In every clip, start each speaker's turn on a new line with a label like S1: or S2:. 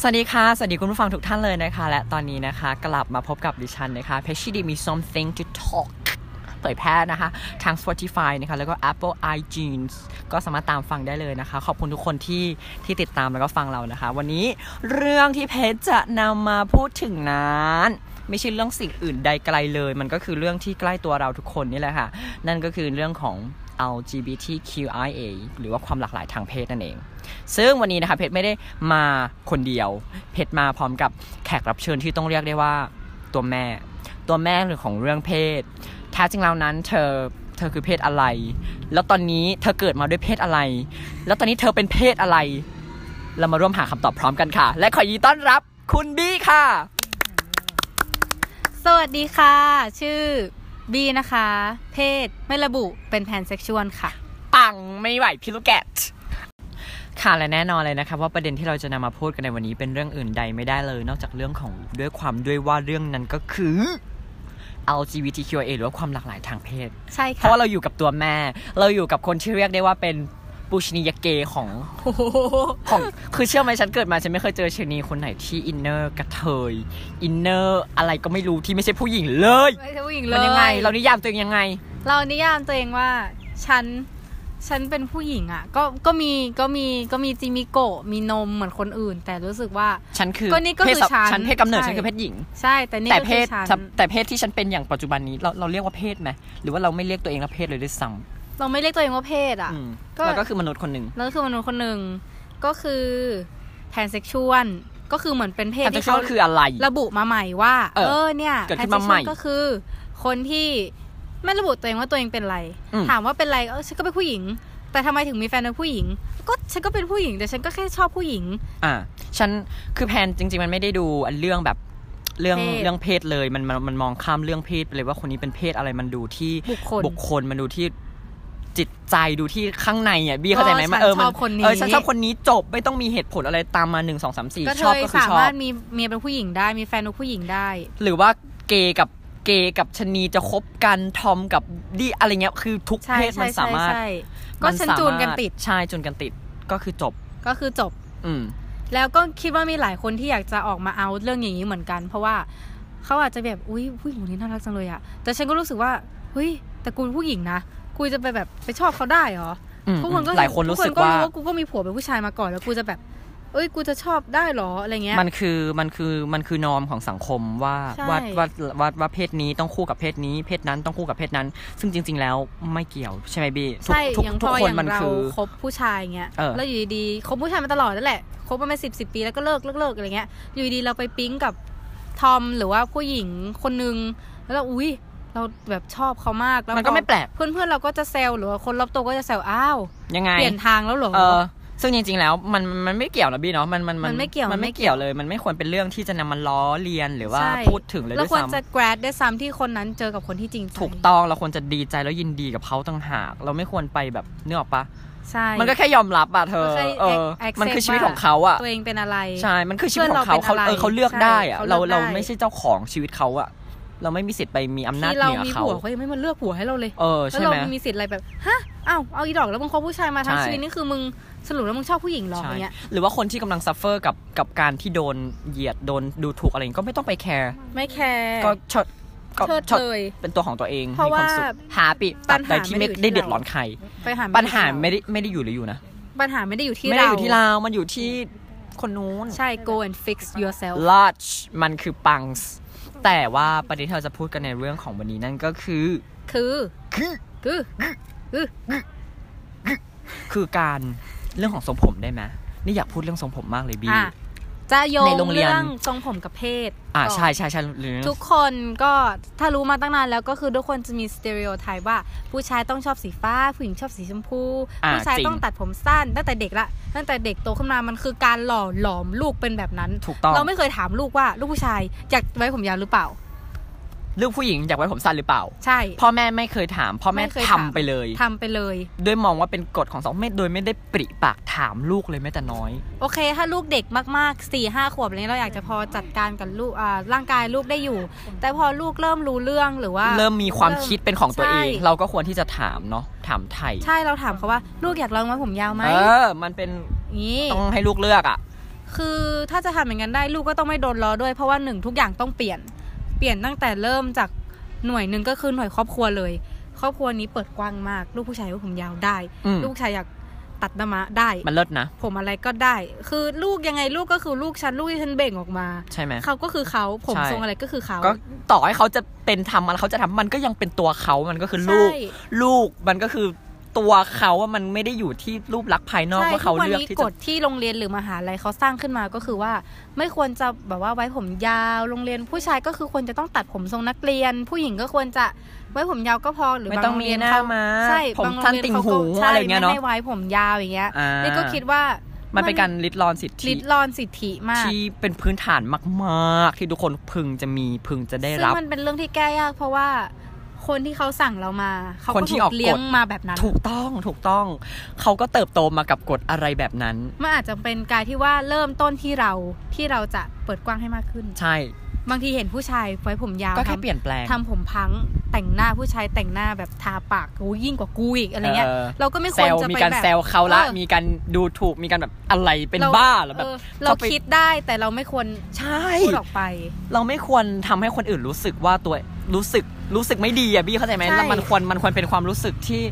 S1: สวัสดีค่ะ สวัสดีคุณผู้ฟังทุกท่านเลยนะคะ และตอนนี้นะคะกลับมาพบกับดิฉันนะคะเพชชีดีมี something to talk เผยแพร่นะคะ ทาง Spotify นะคะ แล้วก็ Apple iTunes ก็สามารถตามฟังได้เลยนะคะ ขอบคุณทุกคนที่ที่ติดตามแล้วก็ฟังเรานะคะ วันนี้เรื่องที่เพชรจะนำมาพูดถึงนั้น ไม่ใช่เรื่องสิ่งอื่นใดไกลเลย มันก็คือเรื่องที่ใกล้ตัวเราทุกคนนี่แหละค่ะ นั่นก็คือเรื่องของ LGBTQIA หรือว่าความหลากหลายทางเพศนั่นเอง ซึ่งวันนี้นะคะเพชรไม่ได้มาคนเดียว เพชรมาพร้อมกับแขกรับเชิญที่ต้องเรียกได้ว่าตัวแม่ ตัวแม่เรื่องของเรื่องเพศ แท้จริงแล้วนั้นเธอเธอคือเพศอะไร แล้วตอนนี้เธอเกิดมาด้วยเพศอะไร แล้วตอนนี้เธอเป็นเพศอะไร เรามาร่วมหาคำตอบพร้อมกันค่ะ และขอยินดีต้อนรับคุณบี้ค่ะ
S2: สวัสดีค่ะ ชื่อบีนะคะ เพศไม่ระบุเป็นแพนเซ็กชวลค่ะ
S1: ปังไม่ไหวพี่ลูกแกะค่ะและแน่นอนเลยนะคะว่าประเด็นที่เราจะนำมาพูดกันในวันนี้เป็นเรื่องอื่นใดไม่ได้เลย นอกจากเรื่องของด้วยความด้วยว่าเรื่องนั้นก็คือ LGBTQIA หรือว่าความหลากหลายทางเพศ
S2: ใช่
S1: เพ
S2: ค่ะ
S1: ราะว่าเราอยู่กับตัวแม่ เราอยู่กับคนที่เรียกได้ว่าเป็นปูชนียเกย์ของ
S2: โอ้โห
S1: ของ คือเชื่อไหมฉันเกิดมาฉันไม่เคยเจอชนีคนไหนที่อินเนอร์กระเทยอินเนอร์อะไรก็ไม่รู้ที่ไม่ใช่ผู้หญิงเลย
S2: ไม่ใช่ผู้หญิงเล
S1: มัน
S2: ย
S1: ยังไง เรานิยามตัวเองยังไง
S2: เรานิยามตัวเองว่า ฉัน ฉันเป็นผู้หญิงอ่ะ ก็ก็มีก็มีก็มีจิมิโกะมีนมเหมือนคนอื่น แต่รู้สึกว่า
S1: ฉันคือ
S2: ก็นี่ก็คือ
S1: เพศสัม
S2: ฉัน
S1: ฉันเพศกำเนิด
S2: ใช่
S1: ฉันคือเพศหญิง
S2: ใช่แต่นี่
S1: แต่
S2: ก็
S1: เพ
S2: คือ
S1: ศ
S2: ฉัน
S1: แต่เพศที่ฉันเป็นอย่างปัจจุบันนี้เราเราเรียกว่าเพศไหมหรือว่าเราไม่เรียกตัวเองว่าเพศเลยด้วยซ้
S2: เราไม่เรียกตัวเองว่าเพศ
S1: ำ
S2: อ่ะ
S1: อืม
S2: ก็
S1: เราก็คือมนุษย์คนหนึ่ง
S2: แล้วก็คือมนุษย์คนหนึ่งก็คือแพนเซ็กชวลก็คือเหมือนเป็นเพศ
S1: แต่
S2: ที่
S1: เขา
S2: เขา
S1: คืออะไร
S2: ระบุมาใหม่ว่า
S1: เอ
S2: เอ
S1: อ
S2: อเนี่ย
S1: เกิดขึ้นมาใหม่
S2: แพทริเซียก็คือ คนที่ไม่ระบุตัวเองว่าตัวเองเป็นอะไร
S1: อืม
S2: ถามว่าเป็นอะไรเออฉันก็เป็นผู้หญิง แต่ทำไมถึงมีแฟนเป็นผู้หญิง ก็ฉันก็เป็นผู้หญิงแต่ฉันก็แค่ชอบผู้หญิง
S1: อ่าฉันคือแพนจริง ๆ มันไม่ได้ดูอันเรื่องแบบเรื่อง
S2: เพศ
S1: เรื่องเพศเลยมันมันมันมองข้ามเรื่องเพศไปเลยว่าคนนี้เป็นเพศอะไรมันดูที่
S2: บุคคล
S1: บุคคลมันดูที่จิตใจดูที่ข้างในอ่ะบี้เข้าใจไหม
S2: เออ
S1: มัมั
S2: ฉันชอบคนนี้
S1: เออฉันชอบคนนี้จบไม่ต้องมีเหตุผลอะไรตามมาหนึ่งสองสามสี่
S2: ก็เธ
S1: ชอบ
S2: อ
S1: ก็คือ
S2: สา
S1: ชอ
S2: มา
S1: บ
S2: รถมีเมียเป็นผู้หญิงได้มีแฟนเป็นผู้หญิงได้
S1: หรือว่าเกย์กับเกย์กับชะนีจะคบกันทอมกับดีอะไรเงี้ยคือทุก
S2: ใช่
S1: เพศ
S2: ใช่
S1: มัน
S2: ใช่
S1: สามารถ
S2: ใช่ก็ฉันจูนกันติด
S1: ใช่จูนกันติดก็คือจบ
S2: ก็คือจบ
S1: อืม
S2: แล้วก็คิดว่ามีหลายคนที่อยากจะออกมาเอาเรื่องอย่างนี้เหมือนกัน เพราะว่าเขาอาจจะแบบอุ้ยผู้หญิงคนนี้น่ารักจังเลยอะแต่ฉันก็รู้สึกว่าเฮ้ยแต่กูเป็นผู้หญิงนะกูจะไปแบบไปชอบเขาได้เหรอ
S1: อืม
S2: ทุกคนก็
S1: หลายคนรู้สึกว่า
S2: ทุนกูก็มีผัวเป็นผู้ชายมาก่อนแล้วกูจะแบบเอ้ยกูจะชอบได้เหรออะไรเงี้ย
S1: มันคือมันคือมันคือนอมของสังคมว่า
S2: ใช่
S1: ว่าว่าว่าว่าเพศนี้ต้องคู่กับเพศนี้ เพศนั้นต้องคู่กับเพศนั้น ซึ่งจริง ๆ แล้วไม่เกี่ยวใช่ไหมบีทุก
S2: ใช่
S1: ทุก
S2: อย่าง
S1: ทุ
S2: พ
S1: ก
S2: อ
S1: ค
S2: อน ย่าง
S1: มัน
S2: เรา
S1: คือ
S2: คบผู้ชายเงี้ย
S1: เออ
S2: แล้วอยู่ดีๆคบผู้ชายมาตลอดนั่นแหละคบมาเป็นสิบสิบปีแล้วก็เลิกเลิกเลิกอะไรเงี้ยอยู่ดีๆเราไปปิ๊งกับทอมหรือว่าผู้หญิงคนนึงแล้วเราอุ้ยเราแบบชอบเขามากแล้ว
S1: มันก็
S2: พอ
S1: ไม่แปลก
S2: เพื่อนๆเราก็จะแซวหรือว่าคนรอบตัวก็จะแซวอ้าว
S1: ยังไง
S2: เปลี่ยนทางแล้วเหรอ
S1: เออซึ่งจริงๆ แล้วมันมันไม่เกี่ยวนะบี้เนาะมันมัน
S2: มันไม่เกี่ยว
S1: มัน
S2: มันไม่
S1: ไม่เกี่ยวเลย มันไม่ควรเป็นเรื่องที่จะนำมันล้อเลียนหรือว่า
S2: ใช่
S1: พูดถึงเลย
S2: เรา
S1: ด้วย
S2: ควร
S1: ซ้ำ
S2: จะ grad ได้วยซ้ำที่คนนั้นเจอกับคนที่จริงใจ
S1: ถูกต้องเราควรจะดีใจแล้วยินดีกับเขาต่างหาก เราไม่ควรไปแบบเนื้อออกปะ
S2: ใช่
S1: มันก็แค่ยอมรับอะเธอ
S2: ก็แค่
S1: เออ
S2: accept
S1: มันคือชีวิตของเขาอะ
S2: ตัวเองเป็นอะไร
S1: ใช่ มันคือชีวิตของเขา
S2: เพื่
S1: เขา
S2: อนเราเป็
S1: เอ
S2: นอะไร
S1: อเขาเลือกได้อะ
S2: ใช่
S1: เรา
S2: เขาเลื
S1: เรา
S2: อกได้
S1: ไม่ใช่เจ้าของชีวิตเขาอะเราไม่มีสิทธิ์ไปมีอำนาจ
S2: ที่
S1: เห
S2: เรา
S1: นือ
S2: มี
S1: เขา
S2: ผัวเขายังไม่มาเลือกผัวให้เราเลย
S1: เออ
S2: แล้ว
S1: ใช่
S2: เรา
S1: ไหม
S2: มีสิทธิ์อะไรแบบฮะอ้าวเอาอีดอกแล้วมึงคบผู้ชายมาทั้ง
S1: ใช่
S2: ชีวิตนี่คือมึงสรุปแล้วมึงชอบผู้หญิงเหรออย่างเงี้ย
S1: หรือว่าคนที่กำลังซัฟเฟอร์กับกับการที่โดนเหยียดโดนดูถูกอะไรอย่างงี้ก็ไม่ต้องไปแคร์
S2: ไม่แคร์
S1: ก็ชดก็
S2: เชิด
S1: ชด
S2: เลย
S1: เป็นตัวของตัวเอง
S2: เพราะ
S1: มีความสุข
S2: ว่า
S1: หาปิ
S2: ปั
S1: ตัด
S2: ญหา
S1: ใดที่
S2: ไม่
S1: ไม่ได้
S2: ได้อยู่ที่
S1: เดือด
S2: เรา
S1: ร้อนใคร
S2: ไปหา
S1: ปัญหาไม่
S2: ไม่ได้
S1: ได้ไม่ได้อยู่หรืออยู่นะ
S2: ปัญหาไม่ได้อยู่ที่
S1: ไม่ได้
S2: เรา
S1: อยู่ที่เรา มันอยู่ที่คนนู้น
S2: ใช่ go and fix yourself
S1: large มันคือปังส์แต่ว่าประเด็นที่เราจะพูดกันในเรื่องของวันนี้นั่นก็คือ
S2: คือ
S1: คือ
S2: คือ
S1: คือการเรื่องของทรงผมได้ไหมนี่อยากพูดเรื่องทรงผมมากเลยบี
S2: อ่ะจะโยง
S1: ในโรงเรียน
S2: เรื่องทรงผมกับเพศ
S1: อ่า
S2: ก่น
S1: ใช่ใช่ใช่หรือ
S2: ทุกคนก็ถ้ารู้มาตั้งนานแล้วก็คือทุกคนจะมีสเตอริโอไทป์ว่า ผู้ชายต้องชอบสีฟ้า ผู้หญิงชอบสีชมพู
S1: อ่า
S2: ผู้ชาย
S1: จริง
S2: ต้องตัดผมสั้นตั้งแต่เด็กละตั้งแต่เด็กโตขึ้นมามันคือการหล่อหลอมลูกเป็นแบบนั้น
S1: ถูกต้อง
S2: เราไม่เคยถามลูกว่าลูกผู้ชายอยากไว้ผมยาวหรือเปล่า
S1: เรื่องผู้หญิงอยากไว้ผมสั้นหรือเปล่า
S2: ใช่
S1: พ่อแม่ไม่เคยถาม พ่อแม่ทำไปเลย
S2: ทำไปเลย
S1: ด้วยมองว่าเป็นกฎของสองเม่โดยไม่ได้ปริปากถามลูกเลยแม้แต่น้อย
S2: โอเค ถ้าลูกเด็กมากๆ4ี่ห้าขวบอะไรเงี้ยเราอยากจะพอจัดการกับลูกอ่าร่างกายลูกได้อยู่ แต่พอลูกเริ่มรู้เรื่องหรือว่า
S1: เริ่มมีความคิดเป็นของตัวเอง
S2: ใช่
S1: เราก็ควรที่จะถามเนาะถามไทย
S2: ใช่เราถามเขาว่าลูกอยากลองไว้ผมยาวไหม
S1: เออมันเป็น
S2: นี่
S1: ต้องให้ลูกเลือกอ่ะ
S2: คือถ้าจะทำอย่างนั้นได้ลูกก็ต้องไม่โดนล้อด้วย เพราะว่าหนึ่งทุกอย่างต้องเปลี่ยน เปลี่ยนตั้งแต่เริ่มจากหน่วยหนึ่งก็คือหน่วยครอบครัวเลย ครอบครัวนี้เปิดกว้างมาก ลูกผู้ชายไว้ผมยาวได้
S1: อืม
S2: ลูกชายอยากตัดหน้ามาได้
S1: มันเลิศนะ
S2: ผมอะไรก็ได้ คือลูกยังไงลูกก็คือลูกฉันลูกที่ฉันเบ่งออกมา
S1: ใช่ไหม
S2: เขาก็คือเขาผม
S1: ใช่
S2: ทรงอะไรก็คือเขา
S1: ก็ต่อให้เขาจะเป็นทำอะไรเขาจะทำมันก็ยังเป็นตัวเขามันก็คือลูก
S2: ใช่
S1: ลูกมันก็คือตัวเขาว่ามันไม่ได้อยู่ที่รูปลักษณ์ภายนอก
S2: ใช่
S1: ว่าเขาเลือก
S2: ทุ
S1: ที่
S2: ก
S1: จะ
S2: ฎที่โรงเรียนหรือมหาลัยเขาสร้างขึ้นมาก็คือว่า ไม่ควรจะแบบว่าไว้ผมยาวโรงเรียนผู้ชายก็คือควรจะต้องตัดผมทรงนักเรียน ผู้หญิงก็ควรจะไว้ผมยาวก็พอหรือ
S1: ไม่
S2: บาง
S1: ต้อง
S2: โรง
S1: มี
S2: เรียน
S1: หน้า
S2: เขา
S1: มา
S2: ใช่
S1: ผม
S2: บางโร
S1: สั้น
S2: งเรีย
S1: ติ่ง
S2: นเขา
S1: หู
S2: ก็ใช่
S1: อะไรอย่างเงี้ยเนาะ
S2: ไม่ให้ไว้ผมยาวอย่างเงี้ย
S1: อ่า
S2: นี่ก็คิดว่า
S1: มั
S2: มัน
S1: เป็นการลิดรอนสิทธิ
S2: ลิดรอนสิทธิมาก
S1: ที่เป็นพื้นฐานมากๆ ที่ทุกคนพึงจะมีพึงจะได้
S2: ซึ่
S1: รั
S2: ง
S1: บ
S2: มันเป็นเรื่องที่แก้ยาก เพราะว่าคนที่เขาสั่งเรามาเขา
S1: คน
S2: ก็
S1: ที่
S2: ถู
S1: ออกก
S2: ก
S1: ฎ
S2: เลี้ยงมาแบบนั้น
S1: ถูกต้องถูกต้อง เขาก็เติบโตมากับกฎอะไรแบบนั้น
S2: มันอาจจะเป็นการที่ว่าเริ่มต้นที่เราที่เราจะเปิดกว้างให้มากขึ้น
S1: ใช่
S2: บางทีเห็นผู้ชายไว้ผมยาว
S1: ก็แค่
S2: ทำ
S1: เปลี่ยนแปลง
S2: ทำผมพังแต่งหน้าผู้ชายแต่งหน้าแบบทาปากกูยิ่งกว่ากูอีกอะไรเงี้ย เราก็ไม่ค
S1: แซ
S2: วร
S1: ว
S2: จะ
S1: มี
S2: ไป
S1: การ
S2: แบบ
S1: แซวเขาละ
S2: ออ
S1: มีการดูถูกมีการแบบอะไรเป็น
S2: ร
S1: บ้าเหรอแบบ
S2: เออเรา
S1: เข้าไป
S2: คิดได้แต่เราไม่ควร
S1: ใช่
S2: พูดออกไป
S1: เราไม่ควรทำให้คนอื่นรู้สึกว่าตัวรู้สึกรู้สึกไม่ดีอะบี้เข้าใจไหม
S2: ใช่
S1: แล้วมันควรมันควรเป็นความรู้สึกที่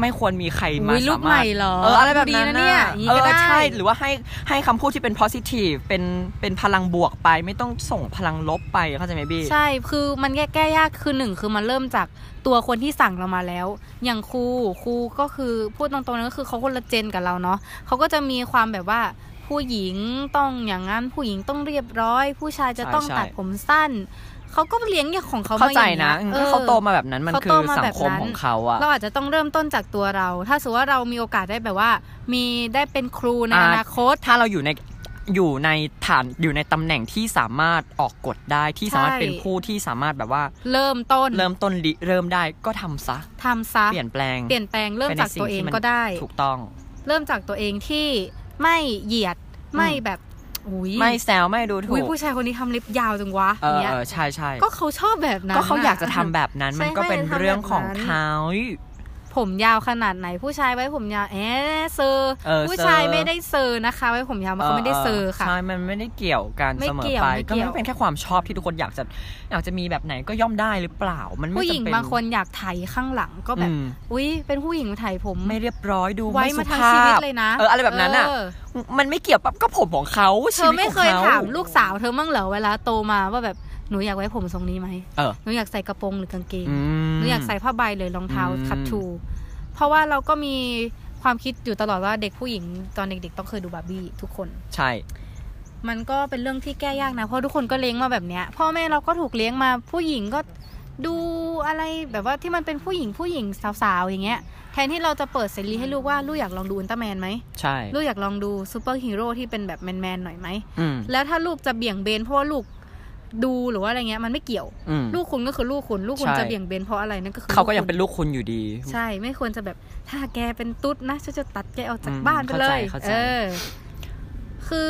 S1: ไม่ควรมีใครมา
S2: อุ๊ยลูก
S1: สา
S2: ให
S1: มาร
S2: ม่
S1: ถ
S2: เหรอ
S1: เอออะไรแบบนั้น
S2: ดีะเนี่ยย่าง
S1: เอ
S2: งี้ก็
S1: อ
S2: ได้
S1: ใช่หรือว่าให้ให้คำพูดที่เป็น positive เป็นเป็นพลังบวกไป ไม่ต้องส่งพลังลบไปเข้าใจไหมบี้
S2: ใช่คือมันแก้แก้ยากคือหนึ่งคือมันเริ่มจากตัวคนที่สั่งเรามาแล้ว อย่างครูครูก็คือพูดตรงๆนั้นก็คือเขาคนละเจนกับเราเนาะเขาก็จะมีความแบบว่าผู้หญิงต้องอย่างนั้นผู้หญิงต้องเรียบร้อย ผู้ชายจะต้อง
S1: ใช่
S2: ตัดผมสั้นเขาก็เลี้ยงอย่างของเขา
S1: เข้า
S2: มาอ
S1: ใจ
S2: ย่าง
S1: นะ
S2: เงี้ย
S1: ถ้า
S2: ออ
S1: เขาโตมาแบบนั้นมัน
S2: เขา
S1: คื
S2: โต
S1: อ
S2: มา
S1: สั
S2: แบ
S1: ง
S2: บ
S1: คม
S2: นั้น
S1: ของเขาอะ
S2: เราอาจจะต้องเริ่มต้นจากตัวเรา ถ้าสมมติว่าเรามีโอกาสได้แบบว่า มีได้เป็นครูใน
S1: อ่า
S2: อนาคต
S1: ถ้าเราอยู่ในอยู่ในฐานอยู่ในตำแหน่งที่สามารถออกกฎได้ที่สามารถ
S2: ใช่
S1: เป็นผู้ที่สามารถแบบว่า
S2: เริ่มต้น
S1: เริ่มต้นริเริ่มได้ก็ทำซะ
S2: ทำซะ
S1: เปลี่ยนแปลง
S2: เปลี่ยนแปลงเริ่มจากตัวเองก็ได้
S1: ถูกต้อง
S2: เริ่มจากตัวเองที่ไม่เหยียดไม่แบบอุ้ย
S1: ไม่แซวไม่ดูถู
S2: อุ้ย
S1: ก
S2: ผู้ชายคนนี้ทำเล็บยาวจังวะ
S1: เออ
S2: เนี้ย
S1: เออใช่ใช่
S2: ก็เขาชอบแบบนั้น
S1: ก็เขาอยากจะทำ
S2: แบบ
S1: แบบนั้น
S2: ใช่
S1: มันก็เป็น
S2: เขาอยากจะทำแบบนั้น
S1: เรื่องของเขา
S2: ผมยาวขนาดไหนผู้ชายไว้ผมยาวแอะเซอร์
S1: เออเซอร์
S2: ผู้ชายไม่ได้เซอร์นะคะ ไว้ผมยาวมันเขาไม่ได้เซอร์ค่ะ
S1: ใช่มันไม่ได้เกี่ยวกัน
S2: ไม่
S1: เสมอ
S2: เกี่ยว
S1: ไป
S2: ไม่
S1: ก็
S2: เกี่ยว
S1: มันเป็นแค่ความชอบที่ทุกคนอยากจะอยากจะมีแบบไหนก็ย่อมได้หรือเปล่ามันไม่
S2: ผู้หญิง
S1: จำเป็น
S2: บางคนอยากไถข้างหลังก็แบบ
S1: อืม
S2: อุ้ยเป็นผู้หญิงไถผม
S1: ไม่เรียบร้อยดู
S2: ไว้
S1: ไม่สุ
S2: มาทั้ง
S1: ภา
S2: ชีวิต
S1: พ
S2: เลยนะ
S1: เอออะไรแบบนั้นอะ
S2: เอ
S1: มันไม่เกี่ยวปั๊บก็ผมของเขา
S2: เธ
S1: ชี
S2: อ
S1: วิต
S2: ไม่
S1: ของ
S2: เคย
S1: เขา
S2: ถามลูกสาวเธอมั่งเหรอเวลาโตมาว่าแบบหนูอยากไว้ผมทรงนี้ไหม
S1: เออ
S2: หนูอยากใส่กระโปรงหรือกางเกง
S1: อืม
S2: หนูอยากใส่ผ้าใบหรือรองเท้า
S1: อืม
S2: คัตทูเพราะว่าเราก็มีความคิดอยู่ตลอดว่าเด็กผู้หญิงตอนเด็กๆ ต้องเคยดูบาร์บี้ทุกคน
S1: ใช่
S2: มันก็เป็นเรื่องที่แก้ยากนะเพราะทุกคนก็เลี้ยงมาแบบเนี้ยพ่อแม่เราก็ถูกเลี้ยงมาผู้หญิงก็ดูอะไรแบบว่าที่มันเป็นผู้หญิงผู้หญิงสาวๆอย่างเงี้ยแทนที่เราจะเปิดเสรีให้ลูกว่าลูกอยากลองดูอุลตร้าแมนไหม
S1: ใช่
S2: ลูกอยากลองดูซูเปอร์ฮีโร่ที่เป็นแบบแมนๆหน่อยไหม
S1: อืม
S2: แล้วถ้าลูกจะเบี่ยงเบนเพราะว่าลูกดูหรือว่าอะไรเงี้ยมันไม่เกี่ยว
S1: อืม
S2: ลูกคุณก็คือลูกคุณลูกคุณ
S1: ใช่
S2: จะเบี่ยงเบนเพราะอะไรนั่นก็คือ
S1: เขาก็ยัง
S2: ลู
S1: เป็นลูกคุณอยู่ดี
S2: คุณใช่ไม่ควรจะแบบถ้าแกเป็นตุ๊ดนะฉันจะตัดแกออกจาก
S1: อืม
S2: บ้านไปเลย
S1: เข้าใจเข้าใจ
S2: เออ คือ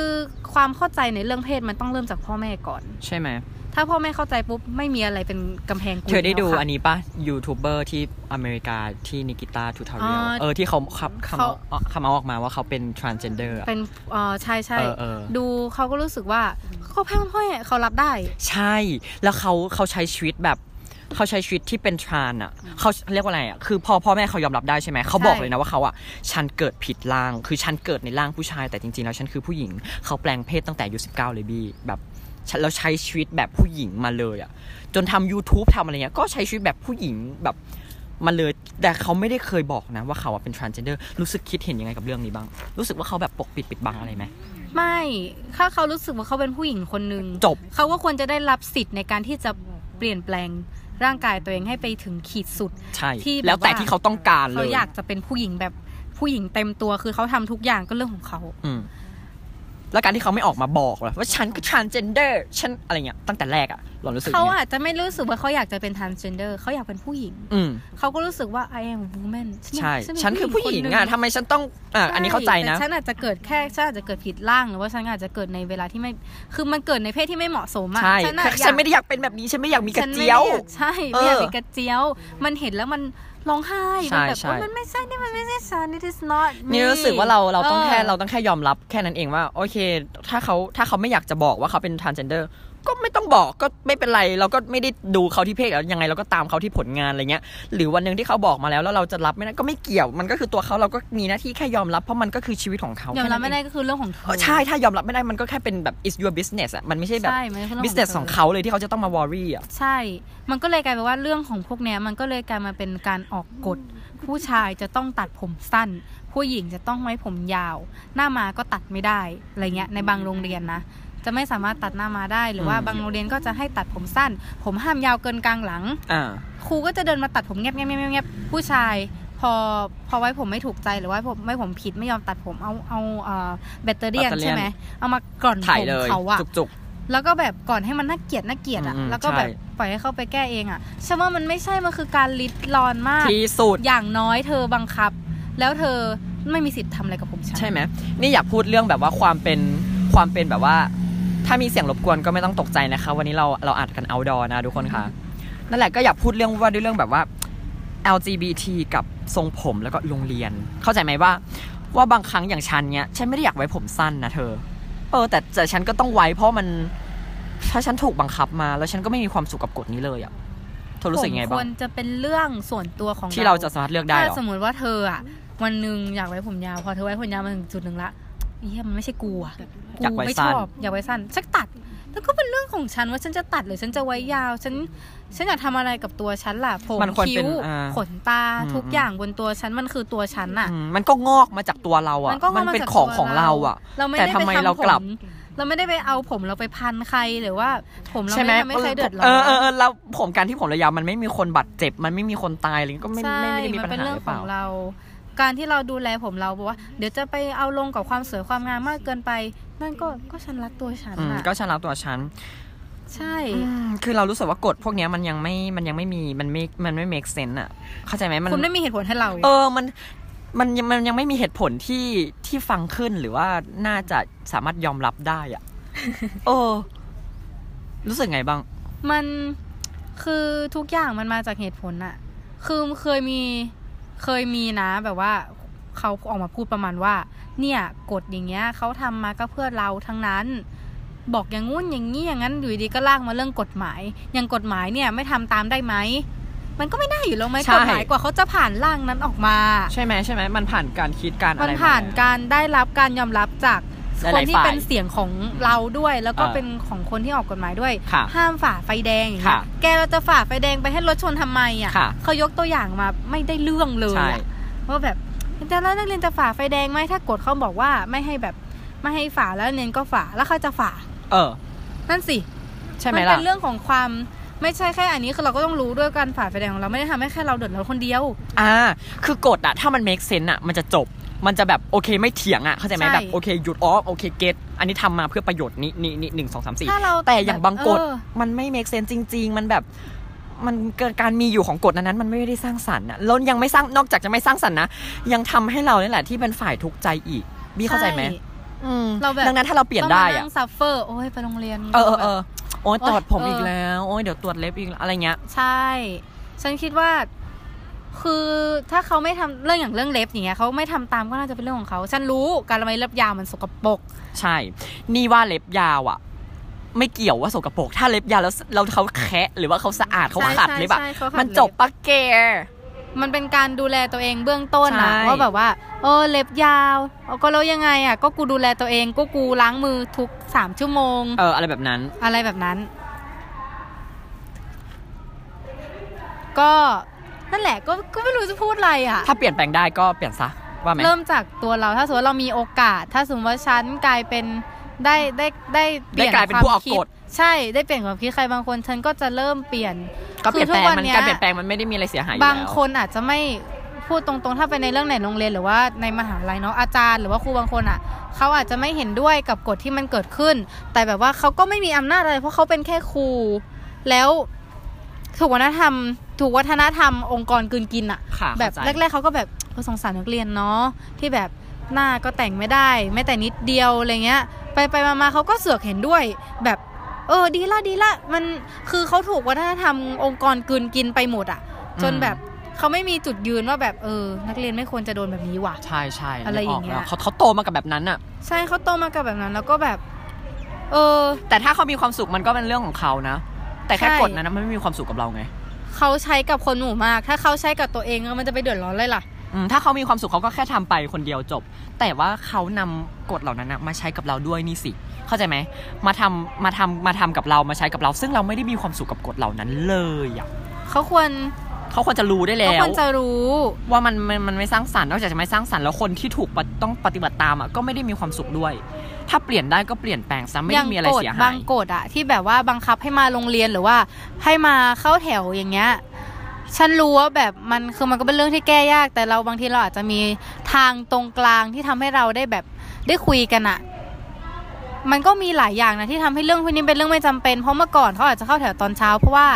S2: ความเข้าใจในเรื่องเพศมันต้องเริ่มจากพ่อแม่ก่อน
S1: ใช่ไหม
S2: ถ้าพ่อแม่เข้าใจปุ๊บไม่มีอะไรเป็นกำแพงกู
S1: เธอได้ดู
S2: แล้วค่ะ
S1: อันนี้ปะยูทูบเบอร์ที่อเมริกาที่นิกิตาทูทาเรียล
S2: อ๋อ
S1: เออที่เขาคับคำ
S2: เขา
S1: เอาคำเอาออกมาว่าเขาเป็น transgender อะ
S2: เป็นเอ่อใช่ใช่
S1: เออเออ
S2: ดูเขาก็รู้สึกว่าเขาแพ้พ่อแม่เขารับได้
S1: ใช่ แล้วเขาเขาใช้ชีวิตแบบเขาใช้ชีวิตที่เป็นทรานอ่ะเขาเรียกว่าอะไรอ่ะคือพอพ่อแม่เขายอมรับได้ใช่ไหมเขาบอกเลยนะว่าเขาอ่ะฉันเกิดผิดร่าง คือฉันเกิดในร่างผู้ชายแต่จริงๆแล้วฉันคือผู้หญิงเขาแปลงเพศตั้งแต่อายุสิบเก้าเลยบี้แบบฉันเราใช้ชีวิตแบบผู้หญิงมาเลยอ่ะ จนทำ YouTube ทำอะไรเงี้ย ก็ใช้ชีวิตแบบผู้หญิงแบบมาเลย แต่เขาไม่ได้เคยบอกนะว่าเขาอะเป็น transgender รู้สึกคิดเห็นยังไงกับเรื่องนี้บ้าง รู้สึกว่าเขาแบบปกปิดปิดบังอะไรไหม
S2: ไม่ ถ้าเขารู้สึกว่าเขาเป็นผู้หญิงคนหนึ่ง
S1: จบ
S2: เขาก็ควรจะได้รับสิทธิ์ในการที่จะเปลี่ยนแปลงร่างกายตัวเองให้ไปถึงขีดสุด
S1: ใช่
S2: ที่แบบ
S1: แล้วแต่
S2: ว่า
S1: ที่เขาต้องการเล
S2: เขา
S1: ย
S2: อยากจะเป็นผู้หญิงแบบผู้หญิงเต็มตัว คือเขาทำทุกอย่างก็เรื่องของเขา
S1: อืมแล้วการที่เขาไม่ออกมาบอกล่ะว่าฉันคือ transgender ฉันอะไรเงี้ยตั้งแต่แรกอะ หล่อนรู้สึก
S2: เขา
S1: ยังไง
S2: อาจจะไม่รู้สึกว่าเขาอยากจะเป็น transgender เขาอยากเป็นผู้หญิง
S1: อืม
S2: เขาก็รู้สึกว่า I am woman
S1: ใช่
S2: เป็
S1: ฉันคือผู้หญิง
S2: คน
S1: อ่ะ
S2: นึ่
S1: ทำไมฉันต้องอ่ะอันนี้เข้าใจนะ
S2: แต่ฉันอาจจะเกิดแค่ฉันอาจจะเกิดผิดร่างหรือว่าฉันอาจจะเกิดในเวลาที่ไม่คือมันเกิดในเพศที่ไม่เหมาะสมอ่ะ
S1: ใช่
S2: ฉันอะอยาก
S1: ฉันไม่ได้อยากเป็นแบบนี้ ฉันไม่อยากมีกระ
S2: ฉันไม่
S1: เจียว
S2: อากใช่ไม่อยาก
S1: เออ
S2: มีกระเจียว มันเห็นแล้วมันร้องไห้
S1: ใช่
S2: มันแบบ
S1: ใช่
S2: โอ๊ยมันไม่ใช่นี่มันไม่ใช่ฉัน it is not me
S1: นี่รู้สึกว่าเราเราต้องแค่
S2: ออ
S1: เราต้องแค่ยอมรับแค่นั้นเองว่า โอเค ถ้าเขาถ้าเขาไม่อยากจะบอกว่าเขาเป็น transgender ก็ไม่ต้องบอกก็ไม่เป็นไร เราก็ไม่ได้ดูเขาที่เพศแล้วยังไงเราก็ตามเขาที่ผลงานอะไรเงี้ย หรือวันหนึ่งที่เขาบอกมาแล้วแล้วเราจะรับไม่ได้ก็ไม่เกี่ยว มันก็คือตัวเขาเราก็มีหน้าที่แค่ยอมรับเพราะมันก็คือชีวิตของเขา
S2: ยอมรับ
S1: แค่นั้
S2: ไม่
S1: น
S2: ได้
S1: เอง
S2: ก็คือเรื่องของเธอ
S1: เออใช่ถ้ายอมรับไม่ได้มันก็แค่เป็นแบบ is your business อ่ะมันไม่ใช่แบบ
S2: ใช่มันก็เรื่องของ
S1: business
S2: ธ
S1: ของเขาเลยที่เขาจะต้องมา worry อ่ะ
S2: ใช่ มันก็เลยกลายเป็นว่าเรื่องของพวกเนี้ยมันก็เลยกลายมาเป็นการออกกฎ ผู้ชายจะต้องตัดผมสั้น ผู้หญิงจะต้องไว้ผมยาว หน้ามาก็ตัดไม่ได้อะไรเงี้ยในบางโรงเรียนนะ จะไม่สามารถตัดหน้ามาได้หรือว่า
S1: อืม
S2: บางโรงเรียนก็จะให้ตัดผมสั้น ผมห้ามยาวเกินกลางหลัง
S1: อ่า
S2: ครูก็จะเดินมาตัดผมเงียบเงียบเงียบเงียบผู้ชายพอพอไว้ผมไม่ถูกใจหรือว่าผมไม่ผมผิดไม่ยอมตัดผมเอาเอาเอ่อแบตเตอรี่ยน
S1: Battalion
S2: ใช่ไหมเอามาก่อน
S1: ถ่าย
S2: ผม
S1: เลย
S2: เขาอะ
S1: จุก
S2: แล้วก็แบบก่อนให้มันน่าเกลียดน่าเกลียดอ่ะ
S1: อืม
S2: แล้วก็แบบ
S1: ใช่
S2: ปล่อยให้เข้าไปแก้เองอ่ะฉันว่ามันไม่ใช่มันคือการลิดรอนมาก
S1: ๆที่สุด
S2: อย่างน้อยเธอบังคับ แล้วเธอไม่มีสิทธิ์ทำอะไรกับผมฉัน
S1: ใช่ไหมนี่อยากพูดเรื่องแบบว่าความเป็นความเป็นแบบว่า ถ้ามีเสียงรบกวนก็ไม่ต้องตกใจนะคะ วันนี้เราเราอัดกัน outdoor นะทุกคนค่ะ นั่นแหละก็อยากพูดเรื่องว่าด้วยเรื่องแบบว่า LGBT กับทรงผมแล้วก็โรงเรียน เข้าใจไหมว่า ว่าบางครั้งอย่างฉันเนี้ยฉันไม่ได้อยากไว้ผมสั้นนะเธอ เออ แต่แต่ฉันก็ต้องไว้เพราะมัน ถ้าฉันถูกบังคับมา แล้วฉันก็ไม่มีความสุขกับกฎนี้เลยอะเธอรู้สึกยังไง
S2: ผม
S1: บ้า
S2: คว
S1: ง
S2: รจะเป็นเรื่องส่วนตัวของ
S1: ที่เราจะสามารถเลือกได้
S2: ถ้า
S1: เหรอ
S2: สมมติว่าเธออ่ะวันหนึ่งอยากไว้ผมยาวพอเธอไว้ผมยาวมาถึงจุดหนึ่งละเฮียมันไม่ใช่กูอ่ะ
S1: อยากไว้
S2: ไม่ช
S1: สั้น
S2: อบอยากไว้สั้นฉันตัดแล้วก็เป็นเรื่องของฉันว่าฉันจะตัดหรือฉันจะไว้ยาวฉันฉันอยากทำอะไรกับตัวฉันล่ะผม
S1: มันควรเป็น
S2: คิ้ว
S1: อ่า
S2: ขนตา
S1: อืม
S2: ทุก
S1: อืม
S2: อย่างบนตัวฉันมันคือตัวฉันน่ะ
S1: อืมมันก็งอกมาจากตัวเราอะ
S2: มันก็งอกมา
S1: เป็น
S2: จาก
S1: ของ
S2: ตัว
S1: ของเราอะ
S2: เราไม่
S1: แต่
S2: ด้
S1: ทำไม
S2: ป
S1: เรากลับ
S2: ผมเราไม่ได้ไปเอาผมเราไปพันใครหรือว่า ผมเรา
S1: ใช่ไหม
S2: ไม่ไม่เคยเดือดร้อน
S1: เออเออเออแล้วผมการที่ผมระยะมันไม่มีคนบาดเจ็บ มันไม่มีคนตายอะไรก็ไม่
S2: ใช่
S1: ไม่ไม่ได้มี
S2: มัน
S1: ปัญ
S2: เป็น
S1: หา
S2: เรื่อ
S1: ห
S2: ง
S1: รือ
S2: ข
S1: เป
S2: อ
S1: ล่า
S2: งเรา การที่เราดูแลผมเราบอกว่า เดี๋ยวจะไปเอาลงกับความสวยความงามมากเกินไป นั่นก็ก็ฉันรักตัวฉัน
S1: อืม
S2: อ่ะ
S1: ก็ฉันรับตัวฉัน
S2: ใช่
S1: อืมคือเรารู้สึกว่ากฎพวกเนี้ยมันยังไม่มันยังไม่มีมันไม่มันไม่ make sense อะเข้าใจไหมมัน
S2: คุณไม่มีเหตุผลให้เรา
S1: เออมันมันยังมันยังไม่มีเหตุผลที่ที่ฟังขึ้นหรือว่าน่าจะสามารถยอมรับได้ อะเออ รู้สึกไงบ้าง
S2: มันคือทุกอย่างมันมาจากเหตุผลอะคือเคยมีเคยมีนะแบบว่าเขาออกมาพูดประมาณว่า เนี่ยกฎอย่างเงี้ยเขาทำมาก็เพื่อเราทั้งนั้น บอกอย่างงู้นอย่างนี้อย่างนั้นอยู่ดีก็ลากมาเรื่องกฎหมาย อย่างกฎหมายเนี่ยไม่ทำตามได้ไหมมันก็ไม่ได้อยู่แล้วไหม
S1: ใช่
S2: กฎหมายกว่าเขาจะผ่านร่างนั้นออกมา
S1: ใช่ไหมใช่ไหมมันผ่านการคิดการอะ
S2: มัน
S1: ไร
S2: ผ่าน
S1: แล้ว
S2: การได้รับการยอมรับจาก
S1: หลายๆ
S2: คนที่
S1: ฝ่าย
S2: เป็นเสียงของเราด้วย แล้วก็
S1: เออ
S2: เป็นของคนที่ออกกฎหมายด้วย
S1: ค่ะ
S2: ห้ามฝ่าไฟแดงอย่างเงี้ย
S1: ค่ะ
S2: แกเราจะฝ่าไฟแดงไปให้รถชนทำไมอ่ะ
S1: ค่ะ
S2: เขายกตัวอย่างมาไม่ได้เรื่องเลย
S1: ใช่
S2: อะว่าแบบแต่แล้วนักเรียนจะฝ่าไฟแดงไหมถ้ากฎเขาบอกว่าไม่ให้แบบไม่ให้ฝ่าแล้วนักเรียนก็ฝ่าแล้วเขาจะฝ่า
S1: เออ
S2: นั่นสิ
S1: ใช่ไหม
S2: มั
S1: ล่ะ
S2: เป็นเรื่องของความไม่ใช่แค่อันนี้คือเราก็ต้องรู้ด้วยการฝ่าไฟแดงของเราไม่ได้ทำให้แค่เราเดือดร้อนคนเดียว
S1: อ่า คือกฎอะถ้ามัน make sense อะมันจะจบ มันจะแบบโอเคไม่เถียงอะเข้าใจไหม
S2: ใช่
S1: แบบโอเคหยุดอ๋อโอเคเกตอันนี้ทำมาเพื่อประโยชน์นี้นี่นี่หนึ่งสองสามสี่
S2: ถ้าเรา
S1: แต่อย่างบางกฎ
S2: เออ
S1: มันไม่ make sense จริง ๆ มันแบบ มันเกิดการมีอยู่ของกฎนั้นๆมันไม่ได้สร้างสรรค์อะแล้วยังไม่สร้างนอกจากจะไม่สร้างสรรค์นะ ยังทำให้เราเนี่ยแหละที่เป็นฝ่ายทุกข์ใจอีกบี้เข้าใจไหมอืม
S2: เราแบบ
S1: ดังนั้นถ้าเราเปลี่ยน
S2: ต้อง
S1: ได้
S2: มา
S1: อะ
S2: นั่งซัฟเฟอร์โอ้ยไปโรงเรียน
S1: เออเออเออโอ้ย
S2: โ
S1: ตอดผมอีกแล้วโอ้ยเดี๋ยวตรวจเล็บอีกแล้วอะไรเงี้ย
S2: ใช่ ฉันคิดว่า คือถ้าเขาไม่ทำเรื่องอย่างเรื่องเล็บอย่างเงี้ยเขาไม่ทำตามก็น่าจะเป็นเรื่องของเขาฉันรู้การละไม้เล็บยาวมันสกปรก
S1: ใช่ นี่ว่าเล็บยาวอะไม่เกี่ยวว่าสกปรก ถ้าเล็บยาวแล้วเราเขาแคะหรือว่าเขาสะอาดเขา
S2: ใช่
S1: ขัด
S2: ใช่
S1: เล็บอะ
S2: ใช่เขาขัดเล็บ
S1: มันจบปะเก
S2: มันเป็นการดูแลตัวเองเบื้องต้นนะ
S1: ใช่
S2: ว่าแบบว่าเออเล็บยาวเอาก็แล้วยังไงอ่ะ ก็กูดูแลตัวเองก็กูล้างมือทุกสามชั่วโมง
S1: เอออะไรแบบนั้น
S2: อะไรแบบนั้น ก็ นั่นแหละ ก็ก็ไม่รู้จะพูดอะไรอ่ะ
S1: ถ้าเปลี่ยนแปลงได้ก็เปลี่ยนซะว่าไหม
S2: เริ่มจากตัวเราถ้าสมมติเรามีโอกาส ถ้าสมมติว่าฉันกลายเป็นได้ได้ได้
S1: ได้กลายเป็นผู้ออกกฎ
S2: ใช่ได้เปลี่ยนความคิดใครบางคนฉันก็จะเริ่มเปลี่ยน
S1: ก็เปลี่ยน
S2: คือ
S1: แปล
S2: ทุ
S1: ง
S2: กวัน
S1: มัน
S2: เนี้ย
S1: การเปลี่ยนแปลงมันไม่ได้มีอะไรเสียหายอยู่
S2: บาง
S1: แล้ว
S2: คนอาจจะไม่พูดตรงๆ ถ้าเป็นในเรื่องไหนโรงเรียนหรือว่าในมหาลัยเนาะอาจารย์หรือว่าครูบางคนอ่ะเขาอาจจะไม่เห็นด้วยกับกฎที่มันเกิดขึ้น แต่แบบว่าเขาก็ไม่มีอำนาจอะไรเพราะเขาเป็นแค่ครู แล้วถูกวัฒนธรรม ถูกวัฒนธรรมองค์กรกลืนกินอะ
S1: ค่ะ
S2: แบบ
S1: เข้าใจ
S2: แรก ๆเขาก็แบบเออสงสารนักเรียนเนาะที่แบบหน้าก็แต่งไม่ได้ไม่แต่นิดเดียวอะไรเงี้ย ไปไปมามาเขาก็เสือกเห็นด้วย แบบ เออดีละดีละมันคือเขาถูกวัฒนธรรมองค์กรกลืนกินไปหมดอะจนแบบเขาไม่มีจุดยืนว่าแบบเออ นักเรียนไม่ควรจะโดนแบบนี้ว่ะ
S1: ใช่ใช่
S2: อะไรอย่างเงี้ย
S1: นึกกแล้วเขาเขาโตมากับแบบนั้นอะ
S2: ใช่เขาโตมากับแบบนั้น แล้วก็แบบ เออ
S1: แต่ถ้าเขามีความสุขมันก็เป็นเรื่องของเขานะ แต่แค่
S2: ใช่
S1: กฎนั้นนะมันไม่มีความสุขกับเราไง
S2: เขาใช้กับคนหมู่มาก ถ้าเขาใช้กับตัวเองมันจะไปเดือดร้อนเลยล่ะ
S1: อืมถ้าเขามีความสุขเขาก็แค่ทำไปคนเดียวจบ แต่ว่าเขานำกฎเหล่านั้นนะมาใช้กับเราด้วยนี่สิ เข้าใจไหมมาทำมาทำมาทำกับเรามาใช้กับเรา ซึ่งเราไม่ได้มีความสุขกับกฎเหล่านั้นเลยอะ
S2: เขาควร
S1: เขาควรจะรู้ได้แล้
S2: เขาคว วรจะรู้
S1: ว่ามันมันมันไม่สร้างสรรค์นอกจากจะไม่สร้างสรรค์แล้วคนที่ถูกปะต้องปฏิบัติตามอ่ะก็ไม่ได้มีความสุขด้วย ถ้าเปลี่ยนได้ก็เปลี่ยนแปลงซะไม่
S2: ยั
S1: ได้มีอะไร
S2: กฎ
S1: เสีย
S2: บา
S1: หาง ย
S2: กฎอะที่แบบว่าบังคับให้มาโรงเรียนหรือว่า ให้มาเข้าแถวอย่างเงี้ย ฉันรู้ว่าแบบมันคือมันก็เป็นเรื่องที่แก้ยาก แต่เราบางทีเราอาจจะมีทางตรงกลางที่ทำให้เราได้แบบได้คุยกันอะมันก็มีหลายอย่างนะที่ทำให้เรื่องพวกนี้เป็นเรื่องไม่จำเป็น เพราะเมื่อก่อนเขาอาจจะเข้าแถวตอนเช้า เพราะว่า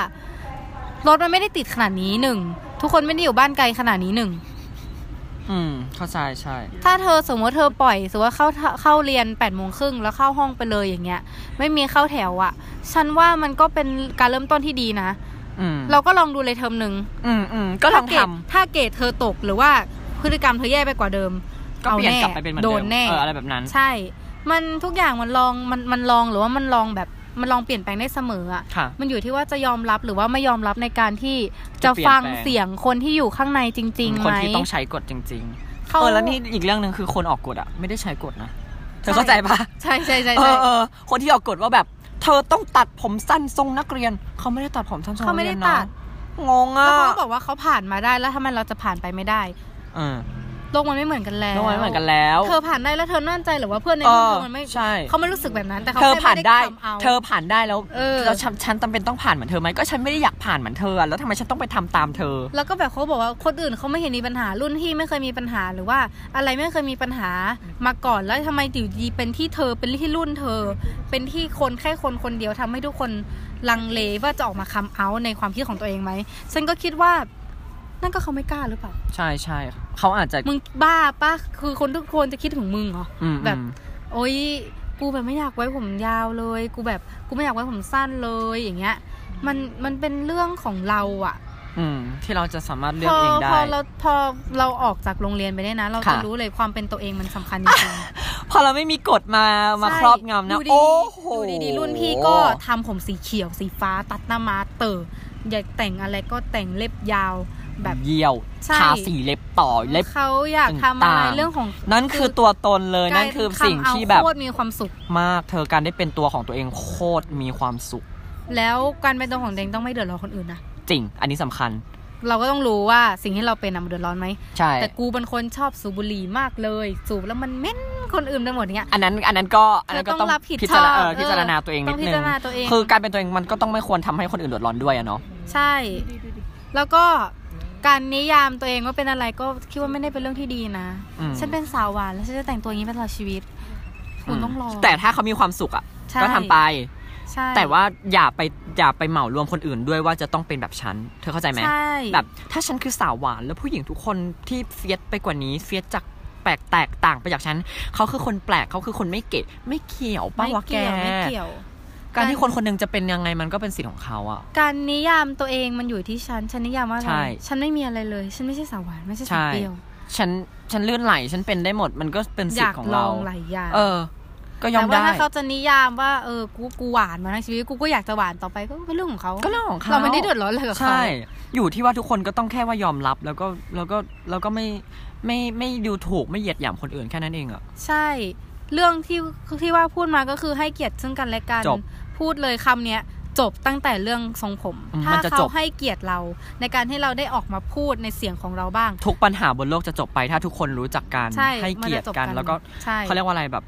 S2: รถมันไม่ได้ติดขนาดนี้หนึ่งทุกคนไม่ได้อยู่บ้านไกลขนาดนี้หนึ่ง
S1: อืมเข้าใจใช่
S2: ถ้าเธอสมมติเธอปล่อยสมมติว่าเข้าเข้าเรียน8ปดโมงครึ่งแล้วเข้าห้องไปเลยอย่างเงี้ย ไม่มีเข้าแถวอะ่ะ ฉันว่ามันก็เป็นการเริ่มต้นที่ดีนะ
S1: อืม
S2: เราก็ลองดูเลยเทอมหนึ่ง
S1: อืมอืมก็ลองทำ
S2: ถ้าเกรดเธอตกหรือว่าพฤติกรรมเธอแย่ไปกว่าเดิม
S1: ก็เปลี่ยน
S2: อาก
S1: ลับไปเป็นเหมือน
S2: โด
S1: เดิ
S2: น
S1: ม
S2: แน่
S1: เอออะไรแบบนั้น
S2: ใช่ มันทุกอย่างมันลองมันมันลองหรือว่ามันลองแบบมันลองเปลี่ยนแปลงได้เสมออะ
S1: ค่ะ
S2: มันอยู่ที่ว่าจะยอมรับหรือว่าไม่ยอมรับในการที่
S1: จะ
S2: จะ
S1: เปลี่ยน
S2: ฟัง
S1: แปลง
S2: เสียงคนที่อยู่ข้างในจริงๆไหม
S1: คนที่ต้องใช้กฎจริงๆ
S2: เขา
S1: เออแล้วนี่อีกเรื่องหนึ่งคือคนออกกฎอ่ะไม่ได้ใช้กฎนะเธอ
S2: ใช่
S1: เข้าใจปะ
S2: ใช่ใช่ใช่
S1: เอ
S2: ใช่
S1: อเออคนที่ออกกฎว่าแบบ เธอต้องตัดผมสั้นทรงนักเรียน เขาไม่ได้ตัดผมสั้นทรงนักเรียน
S2: เขาไม่ได้ตั
S1: นะ
S2: ด
S1: งงอ่ะ
S2: แล้วเขาก็บอกว่าเขาผ่านมาได้แล้วทำไมเราจะผ่านไปไม่ได้
S1: เออ
S2: โลกมันไม่เหมือนกันแล้ว
S1: น้องไว้เหมือนกันแล้ว
S2: เธอผ่านได้แล้วเธอนั่นใจเหรือว่าเพื่อนใน
S1: เอ
S2: โล
S1: อก
S2: มันไม่
S1: ใช่
S2: เขาไม่รู้สึกแบบนั้นแต่เขา
S1: เธอผ่านได้
S2: แค่ม่ทำเอา
S1: เธอผ่านได้แล้ว
S2: เออ
S1: แล้วฉันฉันจำเป็นต้องผ่านเหมือนเธอไหมก็ฉันไม่ได้อยากผ่านเหมือนเธออะแล้วทำไมฉันต้องไปทำตามเธอ
S2: แล้วก็แบบเขาบอกว่าคนอื่นเขาไม่เห็นมีปัญหารุ่นที่ไม่เคยมีปัญหาหรือว่าอะไรไม่เคยมีปัญหามาก่อนแล้วทำไมอยู่ดีเป็นที่เธอเป็นที่รุ่นเธอ เป็นที่คนแค่คนคนเดียวทำให้ทุกคนลังเลว่าจะออกมาคัมเอาในความคิดของตัวเองไหมฉันก็คิดว่า นั่นก็เขาไม่กล้าหรือเปล่า
S1: ใช่ใช่เขาอาจจะ
S2: มึงบ้าปะคือคนทุกคนจะคิดถึงมึงเหรอ
S1: อืม
S2: แบบ
S1: อืม
S2: โอ๊ย กูแบบไม่อยากไว้ผมยาวเลย กูแบบกูไม่อยากไว้ผมสั้นเลยอย่างเงี้ย มันมันเป็นเรื่องของเราอะ
S1: อืมที่เราจะสามารถเลือ
S2: พ
S1: ก
S2: อ
S1: เองได้
S2: พอเราพอเราออกจากโรงเรียนไปได้นะ เราจะ
S1: ค่ะ
S2: รู้เลยความเป็นตัวเองมันสำคัญจริง
S1: พอเราไม่มีกฎมา
S2: ๆ
S1: มา
S2: ใช่
S1: ครอบงำนะ
S2: ยู่ดี
S1: โอ้โห
S2: อยู่ดีๆรุ่นพี่ก็ทำผมสีเขียวสีฟ้าตัดหน้ามาเตออยากแต่งอะไรก็แต่งเล็บยาว แบบ
S1: เยี่ยว
S2: ใช่
S1: ทาสีเล็บต่อเล็บ
S2: เขาอยากทำอะไร
S1: ต่างๆ
S2: เรื่องของ
S1: นั่นคือตัวตนเลยนั่นคือสิ่ง
S2: การทำเอา
S1: ที่แบบ
S2: โคตรมีความสุข
S1: มากเธอการได้เป็นตัวของตัวเองโคตรมีความสุข
S2: แล้วการเป็นตัวของตัวเองต้องไม่เดือดร้อนคนอื่นนะ
S1: จริง อันนี้สำคัญ
S2: เราก็ต้องรู้ว่าสิ่งที่เราเป็นอะมันเดือดร้อนไหม
S1: ใช่
S2: แต่กูเป็นคนชอบสูบบุหรี่มากเลย สูบแล้วมันเหม็นคนอื่นไปหมดเนี้ย
S1: อันนั้นอันนั้นก็อันนั้นก็
S2: เธอต้องรับผิด
S1: พิจารณา
S2: ชอบ
S1: เออ
S2: เออ
S1: พิจารณาตัวเองนิดนึ
S2: ต้องพิจารณาตัวเอง
S1: คือการเป็นตัวเองมันก็ต้องไม่ควรทำให้คนอื่นเดือดร้อนด้วยอะเนาะ
S2: ใช่ แล้วก็การนิยามตัวเองว่าเป็นอะไรก็คิดว่าไม่ได้เป็นเรื่องที่ดีนะ
S1: อืม
S2: ฉันเป็นสาวหวานแล้วฉันจะแต่งตัวอย่างนี้เป็นตลอดชีวิต คุณต้องรอ
S1: แต่ถ้าเขามีความสุขอะ
S2: ใช่
S1: ก็ทำไป
S2: ใช่
S1: แต่ว่าอย่าไปอย่าไปเหมารวมคนอื่นด้วยว่าจะต้องเป็นแบบฉันเธอเข้าใจไหม
S2: ใช่
S1: แบบถ้าฉันคือสาวหวานแล้วผู้หญิงทุกคนที่เฟียสไปกว่านี้เฟียสจากแปลกแตกต่างไปจากฉันเขาคือคนแปลกเขาคือคนไม่เก๋ไม่เกี่ยวป้า
S2: ไม่
S1: วะแก
S2: เกี่ยวไม่เกี่ยว
S1: การที่คนคนหนึงจะเป็นยังไงมันก็เป็นสิทธิ์ของเขาอะ
S2: การนิยามตัวเองมันอยู่ที่ฉัน ฉันนิยามว่าอะไร
S1: ใช่
S2: ฉันไม่มีอะไรเลย ฉันไม่ใช่สาวหวานไม่ใช่
S1: ใช่
S2: สาวเปรี้ยว
S1: ฉันฉันเลื่อนไหลฉันเป็นได้หมดมันก็เป็น
S2: อ
S1: สิท
S2: ยาก
S1: ธิ์ของ
S2: ล
S1: เรา
S2: องหลายอย่าง
S1: เออ ก็ยอม
S2: แต่ว่า
S1: ได้
S2: ถ้าเขาจะนิยามว่าเออกูกูหวานมาทั้งชีวิตกูก็อยากจะหวานต่อไปก็เป็นเรื่องของเขา
S1: ก็เรื่องของเขา
S2: เราไม่ได้เดือดร้อนอะไรกับเขา
S1: ใช่ อยู่ที่ว่าทุกคนก็ต้องแค่ว่ายอมรับแล้วก็แล้วก็แล้วก็ไม่ไม่ไม่ดูถูกไม่เหยียดหยามคนอื่นแค่นั้นเองอะ
S2: ใช่ เรื่องที่ที่ว่าพูดมาก็คือให้เกียรติซึ่งกันและกัน
S1: จบ
S2: พูดเลยคำเนี้ยจบตั้งแต่เรื่องทรงผม
S1: อืม
S2: ถ้า
S1: มันจะจ
S2: เขา
S1: บ
S2: ให้เกียรติเรา ในการที่เราได้ออกมาพูดในเสียงของเราบ้าง
S1: ทุกปัญหาบนโลกจะจบไปถ้าทุกคนรู้จักกัน
S2: ใช่มัน
S1: เกียร
S2: จะ
S1: ติ
S2: จบ
S1: กัน แล้วก็
S2: ใช่
S1: เขาเรียกว่าอะไรแบบ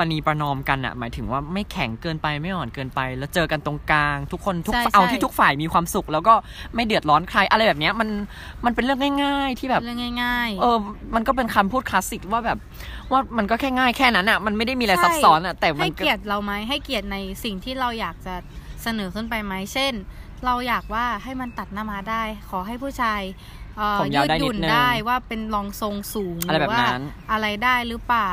S1: ปณีประนอมกันอะหมายถึงว่าไม่แข็งเกินไปไม่อ่อนเกินไป แล้วเจอกันตรงกลาง ทุกคนทุก
S2: ใช่
S1: เอา
S2: ใช่
S1: ที่ทุกฝ่ายมีความสุข แล้วก็ไม่เดือดร้อนใครอะไรแบบเนี้ยมันมันเป็นเรื่องง่าย ๆ ที่แบบ
S2: เรื่องง่าย
S1: เออ มันก็เป็นคำพูดคลาสสิกว่าแบบ ว่ามันก็แค่ง่ายแค่นั้นอะมันไม่ได้มีอะไรซับซ้อนอะแต่
S2: ๆ
S1: มั
S2: ให้
S1: นก็
S2: เกียรติเราไหมให้เกียรติในสิ่งที่เราอยากจะ เสนอขึ้นไปไหมเช่น เราอยากว่าให้มันตัดหน้ามาได้ ขอให้ผู้ชายเอ่อ
S1: ผมยาวได้นิดนึง
S2: หยุ่นได้ว่าเป็นรองทรงสูง
S1: อะไร
S2: หรือ
S1: แบบนั้
S2: ว่าน อะไรได้หรือเปล่า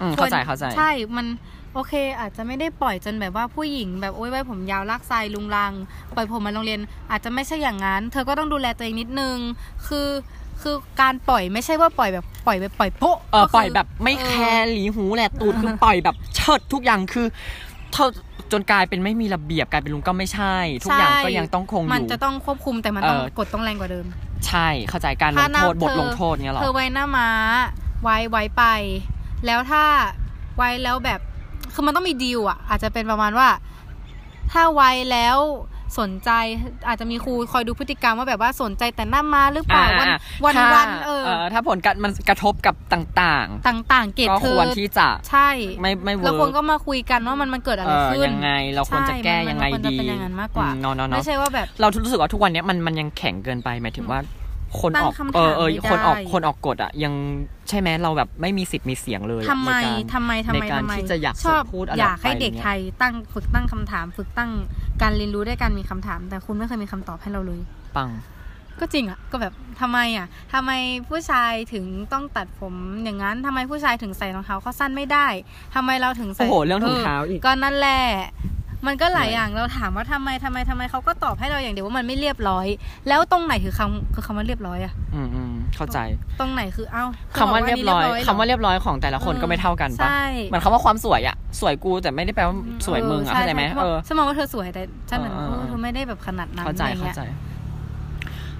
S1: อืม
S2: คว
S1: เข้ารใจเข้าใจ
S2: ใช่ มันโอเค อาจจะไม่ได้ปล่อยจนแบบว่าผู้หญิงแบบโอ๊ยไว้ผมยาวลากทรายลุงลัง ปล่อยผมมาโรงเรียน อาจจะไม่ใช่อย่างนั้น เธอก็ต้องดูแลตัวเองนิดนึง คือคือการปล่อยไม่ใช่ว่าปล่อยแบบปล่อยไปปล่อยโป๊ะ
S1: เออ
S2: ก็คื
S1: ปล่อยแบบไม่แคร์หลีหูแหละตูดคือปล่อยแบบเชิดทุกอย่างคือเธอจนกลายเป็นไม่มีระเบียบกลายเป็นลุงก็ไม่ใช่ ทุกอย่างก็ยังต้องคงอ
S2: มัน
S1: ยู่
S2: จะต้องควบคุมแต่มันต้อง
S1: เออ
S2: กดต้องแรงกว่าเดิม
S1: ใช่เข้าใจการล
S2: ถ้าง หน้า
S1: โทษบท
S2: เธอ
S1: ลงโทษเงี้ยหรอ
S2: เธอไว้หน้าม้าไว้ไว้ไป แล้วถ้าไว้แล้วแบบคือมันต้องมีดีลอ่ะ อาจจะเป็นประมาณว่า ถ้าไว้แล้วสนใจอาจจะมีครูคอยดูพฤติกรรมว่าแบบว่าสนใจแต่หน้าม้าหรือเปล่าวัน
S1: อ่า
S2: วัน
S1: ถ้า
S2: วันเออ
S1: ถ้าผลการมันกระทบกับต่าง
S2: ต่างๆ เกรด
S1: ๆ ก็
S2: เธ
S1: ค
S2: อ
S1: วรที่จะ
S2: ใช่
S1: ไม่ไม่เวิ
S2: แล้ว
S1: ร์
S2: ควรก็มาคุยกันว่ามันมันเกิดอะไร
S1: เออ
S2: ขึ้น
S1: ยังไงเราควรจะแก้
S2: ใช่
S1: ยังไง
S2: มันควรจะ
S1: ดี
S2: เป็นอย่างนั้นมากกว่า
S1: อืเนอนน
S2: ไม่ใช่ว่าแบบ
S1: เรารู้สึกว่าทุกวันเนี้ยมันมันยังแข็งเกินไปหมายถึงว่า คนออก
S2: ตั้งคำถาม
S1: เออเออ
S2: ไม่ได้
S1: คนออกคนออกกฎอะยังใช่ไหมเราแบบไม่มีสิทธิ์มีเสียงเลยอะ
S2: ทำไม
S1: ในการ
S2: ทำไมทำไม
S1: ในการ
S2: ทำไม
S1: ที่จะอยาก
S2: ชอบ
S1: พูดอะไร
S2: อยากให้
S1: ไปอย่างเงี้ย
S2: เด็กไทยตั้งฝึกตั้งคำถาม ฝึกตั้งการเรียนรู้ด้วยการมีคำถาม แต่คุณไม่เคยมีคำตอบให้เราเลย
S1: ปัง
S2: ก็จริงอ่ะ ก็แบบทำไมอ่ะทำไมผู้ชายถึงต้องตัดผมอย่างนั้นทำไมผู้ชายถึงใส่รองเท้าข้อสั้นไม่ได้ทำไมเราถึงใส่
S1: โอ้โหเรื่องถุงเท้าอีก
S2: ก็นั่นแหละ มันก็หลายอย่างเราถามว่าทำไมทำไมทำไมเขาก็ตอบให้เราอย่างเดียวว่ามันไม่เรียบร้อย แล้วตรงไหนคือคำคือคำว่าเรียบร้อยอ่ะ
S1: อืมอืมเข้าใจ
S2: ตรงไหนคือเอ้า
S1: คำว่าเรียบร้อยคำว่า
S2: เรียบร้อยหร
S1: เรียบร้อยของแต่ละ
S2: อ
S1: คนก็ไม่เท่ากันปะ
S2: ใช่
S1: เหมือนคำว่าความสวยอะสวยกูแต่ไม่ได้แปลว่าสวยมึงอะเข้าใจไหม
S2: ช่
S1: เออ
S2: ฉันมองว่าเธอสวยแต่ฉันเหมือน
S1: เออเออ
S2: โอ้เธอไม่ได้แบบขนาดนั้น
S1: เข้าใจ
S2: อะไร
S1: เข้า
S2: เงี้ย
S1: ใจ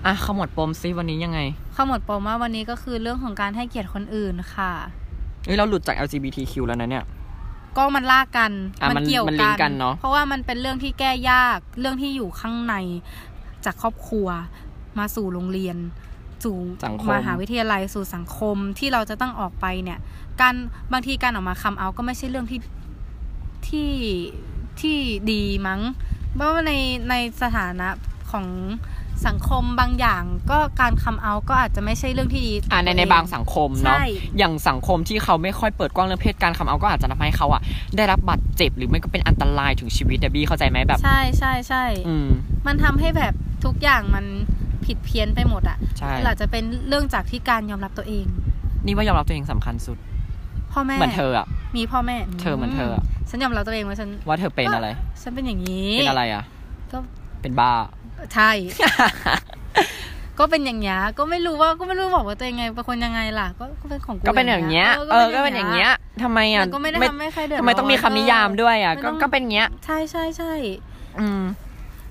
S1: อ่ะขมวดปมซิวันนี้ยังไง
S2: ข้อหมดปมว่าวันนี้ก็คือเรื่องของการให้เกียรติคนอื่นค่ะ
S1: เอ้ยเราหลุดจาก LGBTQ แล้วนะเนี่ย
S2: ก็มันลากกัน
S1: อ่ะมัน
S2: เกี่ยว
S1: มันลิงก์กันเนอะ
S2: เพราะว่ามันเป็นเรื่องที่แก้ยากเรื่องที่อยู่ข้างในจากครอบครัว มาสู่โรงเรียน สู่
S1: สังคม
S2: มหาวิทยาลัยสู่สังคมที่เราจะต้องออกไปเนี่ย การบางทีการออกมาคำเอาก็ไม่ใช่เรื่องที่ที่ที่ดีมั้งเพราะว่าในในสถานะของสังคมบางอย่างก็การคำเอาก็อาจจะไม่ใช่เรื่องที่ดี
S1: อ่ะใน
S2: ตัวเอบ
S1: ในางสังคมเนาะ
S2: ใช่
S1: อย่างสังคมที่เขาไม่ค่อยเปิดกว้างเรื่องเพศการคำเอาก็อาจจะทำให้เขาอะได้รับบาดเจ็บหรือไม่ก็เป็นอันตรายถึงชีวิตเดบี้เข้าใจไหมแบบ
S2: ใช่ใช่ใช่
S1: อืม
S2: มันทำให้แบบทุกอย่างมันผิดเพี้ยนไปหมดอะ
S1: ใช่
S2: ่ะอาจจะเป็นเรื่องจากที่การยอมรับตัวเอง
S1: นี่ว่ายอมรับตัวเองสำคัญสุด
S2: พ่อแม่
S1: เหมือนเธออะ
S2: มีพ่อแม่
S1: เธอเหมือนเธออะ
S2: ฉันยอมรับตัวเองว่าฉัน
S1: ว่าเธอเป็นอะไร
S2: ฉันเป็นอย่างนี้
S1: เป็นอะไรอะ
S2: ก็
S1: เป็น บ้า
S2: ใช่ ก็เป็นอย่างเงี้ยก็ไม่รู้ว่าก็ไม่รู้บอกว่าตัวเองไงเป็นคนยังไงล่ะ ก็ก็เป็นของกู
S1: ก็เป็นอย่างเงี้ย เออ ก็เป็นอย่างเงี้ยทำไมอ่ะ
S2: มันก็ไม่ได้ทำให้ใครเดือดร้อน
S1: ทำไมต้องมีคำนิยามด้วยอ่ะ ก็ ก็เป็นอย่างเงี้ย
S2: ใช่ใช่ใช่
S1: อืม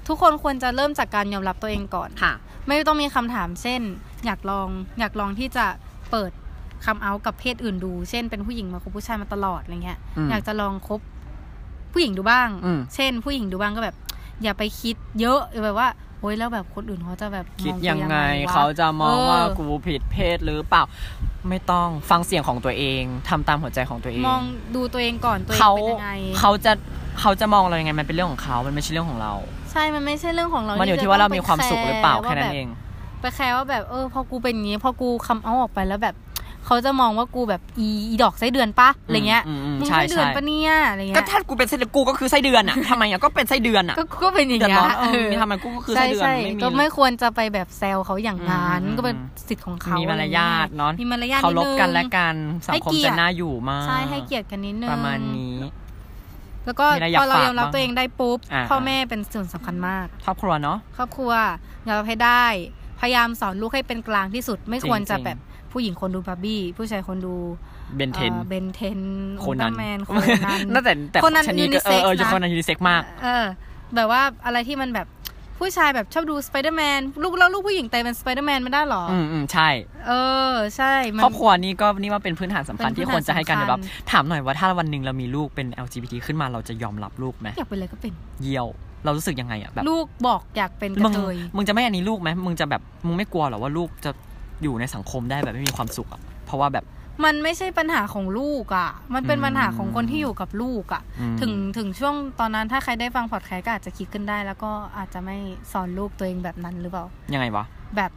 S2: ทุกคนควรจะเริ่มจากการยอมรับตัวเองก่อน
S1: ค่ะ
S2: ไม่ต้องมีคำถามเช่น อยากลองอยากลองที่จะเปิดคำเอากับเพศอื่นดู เช่นเป็นผู้หญิงมาคบผู้ชายมาตลอดอะไรเงี้ย
S1: อืม
S2: อยากจะลองคบผู้หญิงดูบ้าง
S1: อืม
S2: เช่น ผู้หญิงดูบ้างก็แบบ อย่าไปคิดเยอะแบบว่าโอ๊ยแล้วแบบคนอื่นเขาจะแบบมอ
S1: คิด
S2: กู
S1: ยังไง
S2: ว
S1: เขาจะมองว่า
S2: เออ
S1: กูผิดเพศหรือเปล่า ไม่ต้อง ฟังเสียงของตัวเอง ทำตามหัวใจของตัวเอง
S2: มองดูตัวเองก่อนตัวเอง
S1: เขา
S2: เป็นยังไง
S1: เขาจะ เขาจะมองเรายังไง มันเป็นเรื่องของเขา มันไม่ใช่เรื่องของเรา
S2: ใช่ มันไม่ใช่เรื่องของเรา
S1: มัน
S2: น
S1: อยู่ที่ว่าเรามีความสุขหรือเปล่าแค่นั้นเอง
S2: ไปแคร์ว่าแบบเออพอกูเป็นอย่างงี้พอกูคำเอาออกไปแล้วแบบเขาจะมองว่ากูแบบอีอีดอกไส้เดือนปะอะไรเงี้ย
S1: อืมอืม
S2: มึง
S1: ใช่
S2: ไส้เดือน
S1: ใช่
S2: ปะเนี่ยอะไร
S1: ก็
S2: เงี้ย
S1: ถ้ากูเป็นไส้เดือนกูก็คือไส้เดือนอ่ะทำไมอ่ะ ก็เป็นไส้เดือนอ่ะ
S2: ก็ก็เป็นอย่าง
S1: เดือด
S2: เงี้
S1: ร้
S2: ย
S1: อนเออ
S2: เออ
S1: ทำไมกูก็คือ
S2: ใช่
S1: ไส้เดือน
S2: ใช่
S1: ไม่มี
S2: ก็ไม่ควรจะไปแบบแซวเขาอย่างนั้น
S1: อืม
S2: ก็เป็นสิทธิ์ของเขา
S1: มี
S2: มี
S1: มารยาทเนาะ
S2: มีมารยาท
S1: เคา
S2: นิ
S1: ร
S2: ดนึ
S1: พ
S2: ง
S1: กันและกันสังคม
S2: ให้เกียร
S1: จะ
S2: ติ
S1: น่าอยู่มาก
S2: ใช่ให้เกียรติกันนิดนึง
S1: ประมาณนี้
S2: แล้วก็
S1: มีอะไรอยาก
S2: พอเรา
S1: ฝาก
S2: ยอมรับ
S1: บ้าง
S2: ตัวเองได้ปุ๊บ
S1: อ่า
S2: พ่อแม่เป็นส่วนสำคัญมาก
S1: ครอบครัวเนาะ
S2: ครอบครัวยอมรับให้ได้ พยายามสอนลูกให้เป็นกลางที่สุด ไม่
S1: จริง
S2: ควรจะ
S1: จริง
S2: แบบผู้หญิงคนดูบาร์บี้ผู้ชายคนดู
S1: เบนเทน
S2: เบนเทน
S1: โคนัน
S2: แม นโคนัน
S1: น่าแต่แต่
S2: คนนั้น
S1: ชนิดก็
S2: unisex
S1: เออเออ
S2: นะ
S1: คนนั้นยูนิเซ็กมาก
S2: เออแบบว่าอะไรที่มันแบบผู้ชายแบบชอบดูสไปเดอร์แมนลูกแล้วลูกผู้หญิงแต่เป็นสไปเดอร์แมนไม่ได้หรออ
S1: อืมอืมใช่
S2: เออ ใช่มัน
S1: ครอบครัวนี่ก็นี่ว่าเป็นพื้นฐานสำคัญ
S2: เป็น
S1: ที่ควรจะให้การยอมรับ
S2: พื้นฐานสำคัญ
S1: ถามหน่อยว่าถ้าวันหนึ่งเรามีลูกเป็น LGBT ขึ้นมาเราจะยอมรับลูกไหม
S2: อยากเป็นอะไรก็เป็น
S1: เยี่ยว เรารู้สึกยังไงอะแบบ
S2: ลูกบอกอยากเป็นก
S1: มึ
S2: ระ
S1: ง
S2: เทย
S1: มึงจะไม่อันนี้ลูกไหมมึงจะแบบมึงไม่กลัวเหรอว่าลูกจะอยู่ในสังคมได้แบบไม่มีความสุขอะเพราะว่าแบบ
S2: มันไม่ใช่ปัญหาของลูกอ่ะ มันเป็น
S1: อืม
S2: ปัญหาของคนที่อยู่กับลูกอ่ะ
S1: อืม
S2: ถึงถึงช่วงตอนนั้นถ้าใครได้ฟังพอดแคสต์ก็อาจจะคิดขึ้นได้ แล้วก็อาจจะไม่สอนลูกตัวเองแบบนั้นหรือเปล่า
S1: ยังไงวะ
S2: แบบ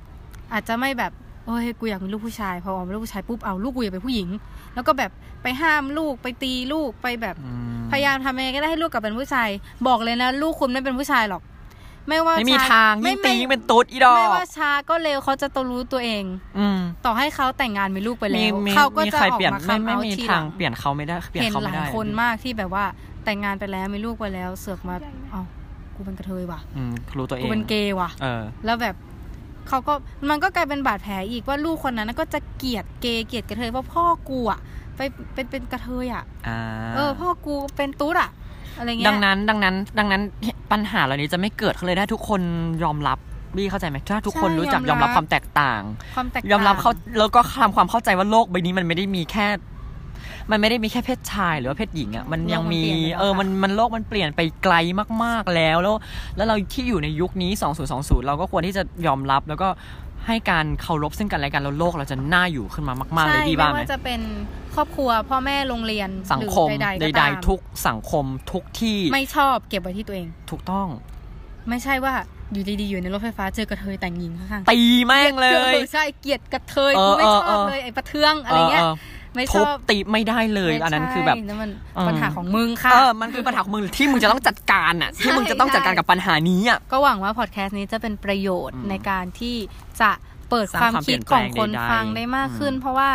S2: อาจจะไม่แบบโอ้ยกูอยากเป็นลูกผู้ชายพอออกเป็นลูกผู้ชายปุ๊บเอาลูกกูอยากเป็นผู้หญิง แล้วก็แบบไปห้ามลูกไปตีลูกไปแบบ
S1: อืม
S2: พยายามทำยังไงก็ได้ให้ลูกกลับเป็นผู้ชาย บอกเลยนะ ลูกคุณไม่เป็นผู้ชายหรอก ไม่ว่า
S1: ไม่มี
S2: ช้
S1: ทางยิ่งตี
S2: ไม่
S1: ยิ่งเป็นตุ๊ดอีดอ
S2: ไม่
S1: ก
S2: ว่าช้าก็เร็วเขาจะตัวรู้ตัวเอง
S1: อืม
S2: ต่อให้เขาแต่งงานมีลูกไปแล้
S1: มี
S2: ว
S1: มี
S2: เขาก็
S1: มี
S2: จะ
S1: ใคร
S2: ออก
S1: เปลี่ยน
S2: มา
S1: ไม่
S2: คำ
S1: ไม่
S2: เอา
S1: มี
S2: ที
S1: ทาง
S2: ง
S1: เปลี่ยนเขาไม่ได้เปลี่ยน
S2: เห็น
S1: เขา
S2: ห
S1: ไม่
S2: ลาย
S1: ได้
S2: คนมากที่แบบว่าแต่งงานไปแล้วมีลูกไปแล้ว เสือกมาเอ้ากูเป็นกระเทยว่ะ
S1: อืมรู้ตัวเอ
S2: กู
S1: ง
S2: เป็นเกย์ว่ะ
S1: เออ
S2: แล้วแบบเขาก็มันก็กลายเป็นบาดแผลอีกว่าลูกคนนั้นน่ะก็จะเกลียดเกย์เกลียดกระเทยว่าพ่อกูอ่ะไปเป็นเป็นกระเทยอ่ะ
S1: อ่า
S2: เออพ่อกูเป็นตุ๊ดอ่ะ อะไรเงี้ย
S1: ดังนั้นดังนั้นดังนั้นปัญหาเหล่านี้จะไม่เกิดขึ้นเลยถ้าทุกคนยอมรับบี้เข้าใจไหมถ้าทุกคน
S2: ใช่
S1: รู้จัก
S2: ย
S1: ย
S2: อ
S1: อ
S2: ม
S1: มรั
S2: รั
S1: บ บความแตกต่าง
S2: ความแตกต่าง
S1: ยอมรับเขาแล้วก็ทำความเข้าใจว่าโลกใบนี้มันไม่ได้มีแค่ มันไม่ได้มีแค่เพศชาย หรือว่าเพศหญิงอะ่ะมันยังมี เออมันมันโลกมันเปลี่ยนไปไกลมากๆแล้วแล้ว แล้วเราที่อยู่ในยุคนี้ 2020 เราก็ควรที่จะยอมรับแล้วก็ให้การเคารพซึ่งกันและกันแล้วโลกเราจะน่าอยู่ขึ้นมามากๆเลยดีบ้าง
S2: ใช่
S1: ไหม
S2: ไม่ว่าจะเป็นครอบครัวพ่อแม่โรงเรียน
S1: สังคม
S2: หรือใดๆ
S1: ใด
S2: ก็ตาม
S1: ๆทุกสังคมทุกที่
S2: ไม่ชอบเก็บไว้ที่ตัวเอง
S1: ถูกต้อง
S2: ไม่ใช่ว่าอยู่ดีๆอยู่ในรถไฟฟ้าเจอกระเทยแต่งหญิงข้างๆ
S1: ตีแม่งเลย
S2: ใช่เกลียดกระเทย
S1: เออ
S2: กูไม่ช
S1: เอ
S2: อ
S1: อเอ
S2: บ
S1: อ
S2: เลยไอ้ประเทืองอะไรเงี้ย
S1: เออ
S2: ไม่
S1: เออ
S2: ช
S1: ทุบ
S2: อบ
S1: ตีไม่ได้เลย
S2: ไม่
S1: อันนั้น
S2: ใช่
S1: คือแบบ
S2: นั่นมัน
S1: เออ
S2: ปัญหาของมึงค่ะ
S1: เออมันคือปัญหาของมึงที่มึงจะต้องจัดการอ่ะ ที่มึงจะต้องจัดการกับปัญหานี้อ่ะ
S2: ก็หวังว่าพอดแคสต์นี้จะเป็นประโยชน์
S1: อืม
S2: ในการที่จะเปิดความ
S1: สร้างความ
S2: คิดของคน
S1: เปลี่ยนแปลง
S2: ฟังได้มากขึ้น
S1: ใดๆ
S2: เพราะว่า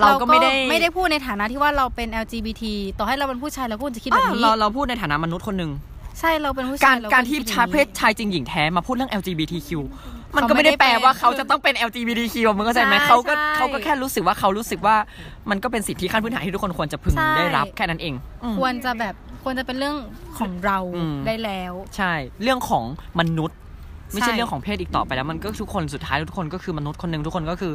S1: เราก็ไม่ได้
S2: ไม่ได้พูดในฐานะที่ว่าเราเป็น LGBT ต่อให้เราเป็นผู้ชายเราก็ควรจะคิดแบบนี้
S1: เราเราพูดในฐานะมนุษย์คนหนึ่ง
S2: ใช่เราเป็นผู้ชาย
S1: การ
S2: เ
S1: การที่
S2: คิดอย่
S1: ชาย
S2: งนี้
S1: เพศชายจริงหญิงแท้มาพูดเรื่อง LGBTQ มัน
S2: เขา
S1: ก็
S2: ไม่
S1: ไม่
S2: ได้
S1: ได้แปลว่า
S2: เป็น
S1: เขาจะต้องเป็น LGBTQ มึงเข้าใจไหม
S2: ใช่
S1: เขาก็
S2: ใช่
S1: เขาก็แค่รู้สึกว่าเขารู้สึกว่ามันก็เป็นสิทธิขั้นพื้นฐานที่ทุกคนควรจะพึง
S2: ใช่
S1: ได้รับแค่นั้นเองอืม
S2: ควรจะแบบควรจะเป็นเรื่องของเรา
S1: อืม
S2: ได้แล้ว
S1: ใช่ เรื่องของมนุษย์ ไม่
S2: ใช่
S1: ใช่เรื่องของเพศอีกต่อไปแล้ว มันก็ทุกคนสุดท้ายทุกคนก็คือมนุษย์คนหนึ่งทุกคนก็คือ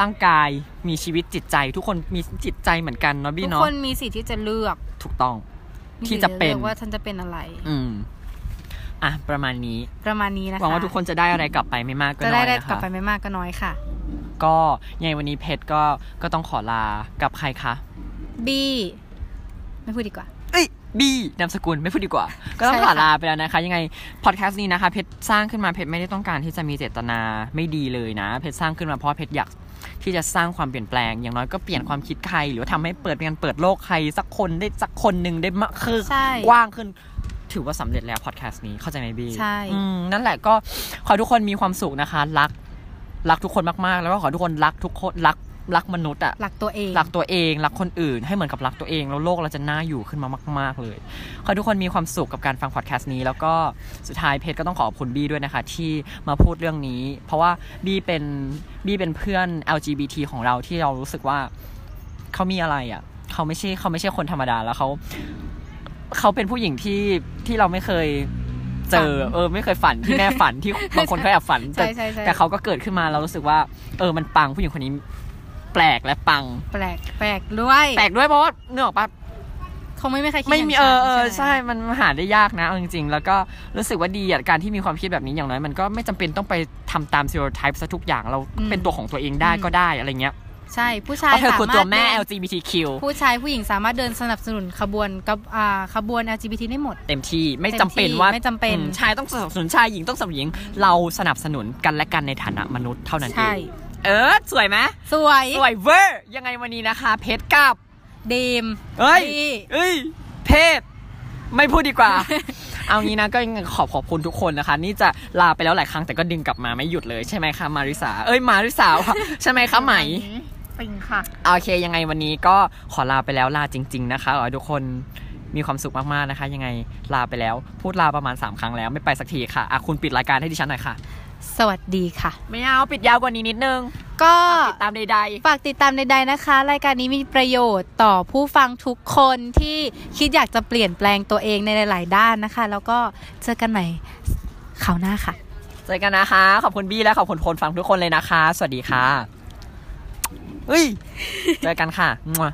S1: ร่างกายมีชีวิตจิตใจ ทุกคนมีจิตใจเหมือนกันเนาะ
S2: ทุ
S1: บี้
S2: ก
S1: เนาะ
S2: คนมีสิทธิ์ที่จะเลือก
S1: ถูกต้อง
S2: มี
S1: ที่
S2: สิทธิ์
S1: จะเป็น
S2: ลือกว่าฉันจะเป็นอะไร
S1: อืมอ่ะประมาณนี้
S2: ประมาณนี้นะ
S1: ห
S2: คะ
S1: วังว่าทุกคนจะได้อะไรกลับไปไม่มากก็
S2: จะ
S1: น้
S2: ได้
S1: อย
S2: ได้
S1: นะ
S2: กลับ
S1: คะ
S2: ไปไม่มากก็น้อยค่ะ
S1: ก็ยังไงวันนี้เพชรก็ก็ต้องขอลากับใครคะ
S2: บี้ไม่พูดดีกว่า
S1: เอ้ยบี้นามสกุลไม่พูด ดีกว่า ก็ต้อง
S2: ใช่
S1: ข
S2: ค่ะ
S1: อลาไปแล้วนะคะ ยังไงพอดแคสต์นี้นะคะ เพชรสร้างขึ้นมาเพชรไม่ได้ต้องการที่จะมีเจตนาไม่ดีเลยนะ เพชรสร้างขึ้นมาเพราะเพชรอยากที่จะสร้างความเปลี่ยนแปลง อย่างน้อยก็เปลี่ยนความคิดใคร หรือว่าทำให้เปิดเป็นการเปิดโลกใครสักคนได้สักคนหนึ่งได้มากขึ้น
S2: ใช่
S1: กว้างขึ้นถือว่าสำเร็จแล้วพอดแคสต์นี้เข้าใจไหมบี
S2: ใช่
S1: อืมนั่นแหละก็ขอให้ทุกคนมีความสุขนะคะ รัก รักทุกคนมาก ๆ แล้วก็ขอให้ทุกคนรักทุกคนรักรักมนุษย์อะ
S2: หลักตัวเอง
S1: รักตัวเอง รักคนอื่น ให้เหมือนกับรักตัวเอง แล้วโลกเราจะน่าอยู่ขึ้นมามาก ๆ เลย ขอให้ทุกคนมีความสุขกับการฟังพอดแคสต์นี้ แล้วก็สุดท้ายเพจก็ต้องขอบคุณบี้ด้วยนะคะ ที่มาพูดเรื่องนี้ เพราะว่าบี้เป็นบี้เป็นเพื่อน LGBT ของเราที่เรารู้สึกว่า เขามีอะไรอ่ะ เขาไม่ใช่เขาไม่ใช่คนธรรมดาแล้วเขา เขาเป็นผู้หญิงที่ที่เราไม่เคยเจอ
S2: ฝัน
S1: เออ ไม่เคยฝันที่แม่ฝันที่บางคนเขาแอบฝันแต่
S2: ใช่ใช่ใช่
S1: แต่เขาก็เกิดขึ้นมาเรารู้สึกว่า เออมันปังผู้หญิงคนนี้ แปลกและปัง
S2: แปลกแปลกด้วย
S1: แปลกด้วยเพราะว่าเนื้อออกปะ
S2: เขาไม่มีใครคิด
S1: ไม่มี
S2: ย่าง
S1: เออ
S2: ฉัน
S1: เออ
S2: ไหม
S1: ใช่ มันหาได้ยากนะเอาจริงๆ แล้วก็รู้สึกว่าดีอ่ะการที่มีความคิดแบบนี้อย่างน้อยมันก็ไม่จำเป็นต้องไปทำตาม s t e r e o t y p e ซะทุกอย่างเรา
S2: อืม
S1: เป็นตัวของตัวเองได้
S2: อืม
S1: ก็ได้อะไรเงี้ย
S2: ใช่ ผู้ชาย
S1: เพราะเธอคือตัวแม่
S2: สาารถเดิน
S1: LGBTQ
S2: ผู้ชายผู้หญิงสามารถเดินสนับสนุนขบวนกับอ่าขบวน LGBT ได้หมด
S1: เต็มที่ไม่จำเป็นว่า
S2: เต็มที่ไม่จำเป็น
S1: อืชายต้องสนับสนุนชายหญิงต้องสนับสนุนหญิง เราสนับสนุนกันและกันในฐานะมนุษย์เท่านั้นเอ
S2: ใช่
S1: งเออ สวยไหม
S2: สวย
S1: สวยเวอร์ยังไงวันนี้นะคะเพชรกับ
S2: เดม
S1: เอ้ย
S2: ดี
S1: เอ้ย เพศ ไม่พูดดีกว่า เอางี้นะ ก็ยังขอบขอบคุณทุกคนนะคะ นี่จะลาไปแล้วหลายครั้งแต่ก็ดึงกลับมาไม่หยุดเลยใช่ไหมคะ มาริสา เอ้ย มาริสาวะ ใช่ไหมคะไหม
S2: ปิงค่ะ
S1: โอเค ยังไงวันนี้ก็ขอลาไปแล้วลาจริง ๆ นะคะขอให้ทุกคนมีความสุขมากๆนะคะ ยังไงลาไปแล้ว พูดลาประมาณ 3 ครั้งแล้วไม่ไปสักทีค่ะอ่ะคุณปิดรายการให้ดิฉันหน่อยค่ะ
S2: สวัสดีค่ะ
S1: ไม่เอาปิดยาวกว่านี้นิดนึง
S2: ก็
S1: ติดตามใด
S2: ฝากติดตามใดๆนะคะ รายการนี้มีประโยชน์ต่อผู้ฟังทุกคนที่คิดอยากจะเปลี่ยนแปลงตัวเองในหลาย ๆ ด้านนะคะ แล้วก็เจอกันใหม่คราวหน้าค่ะ
S1: ๆ เจอกันนะคะ ขอบคุณบี้และขอบคุณคนฟังทุกคนเลยนะคะ สวัสดีค่ะเฮ้ย เจอกันค่ะมั่ว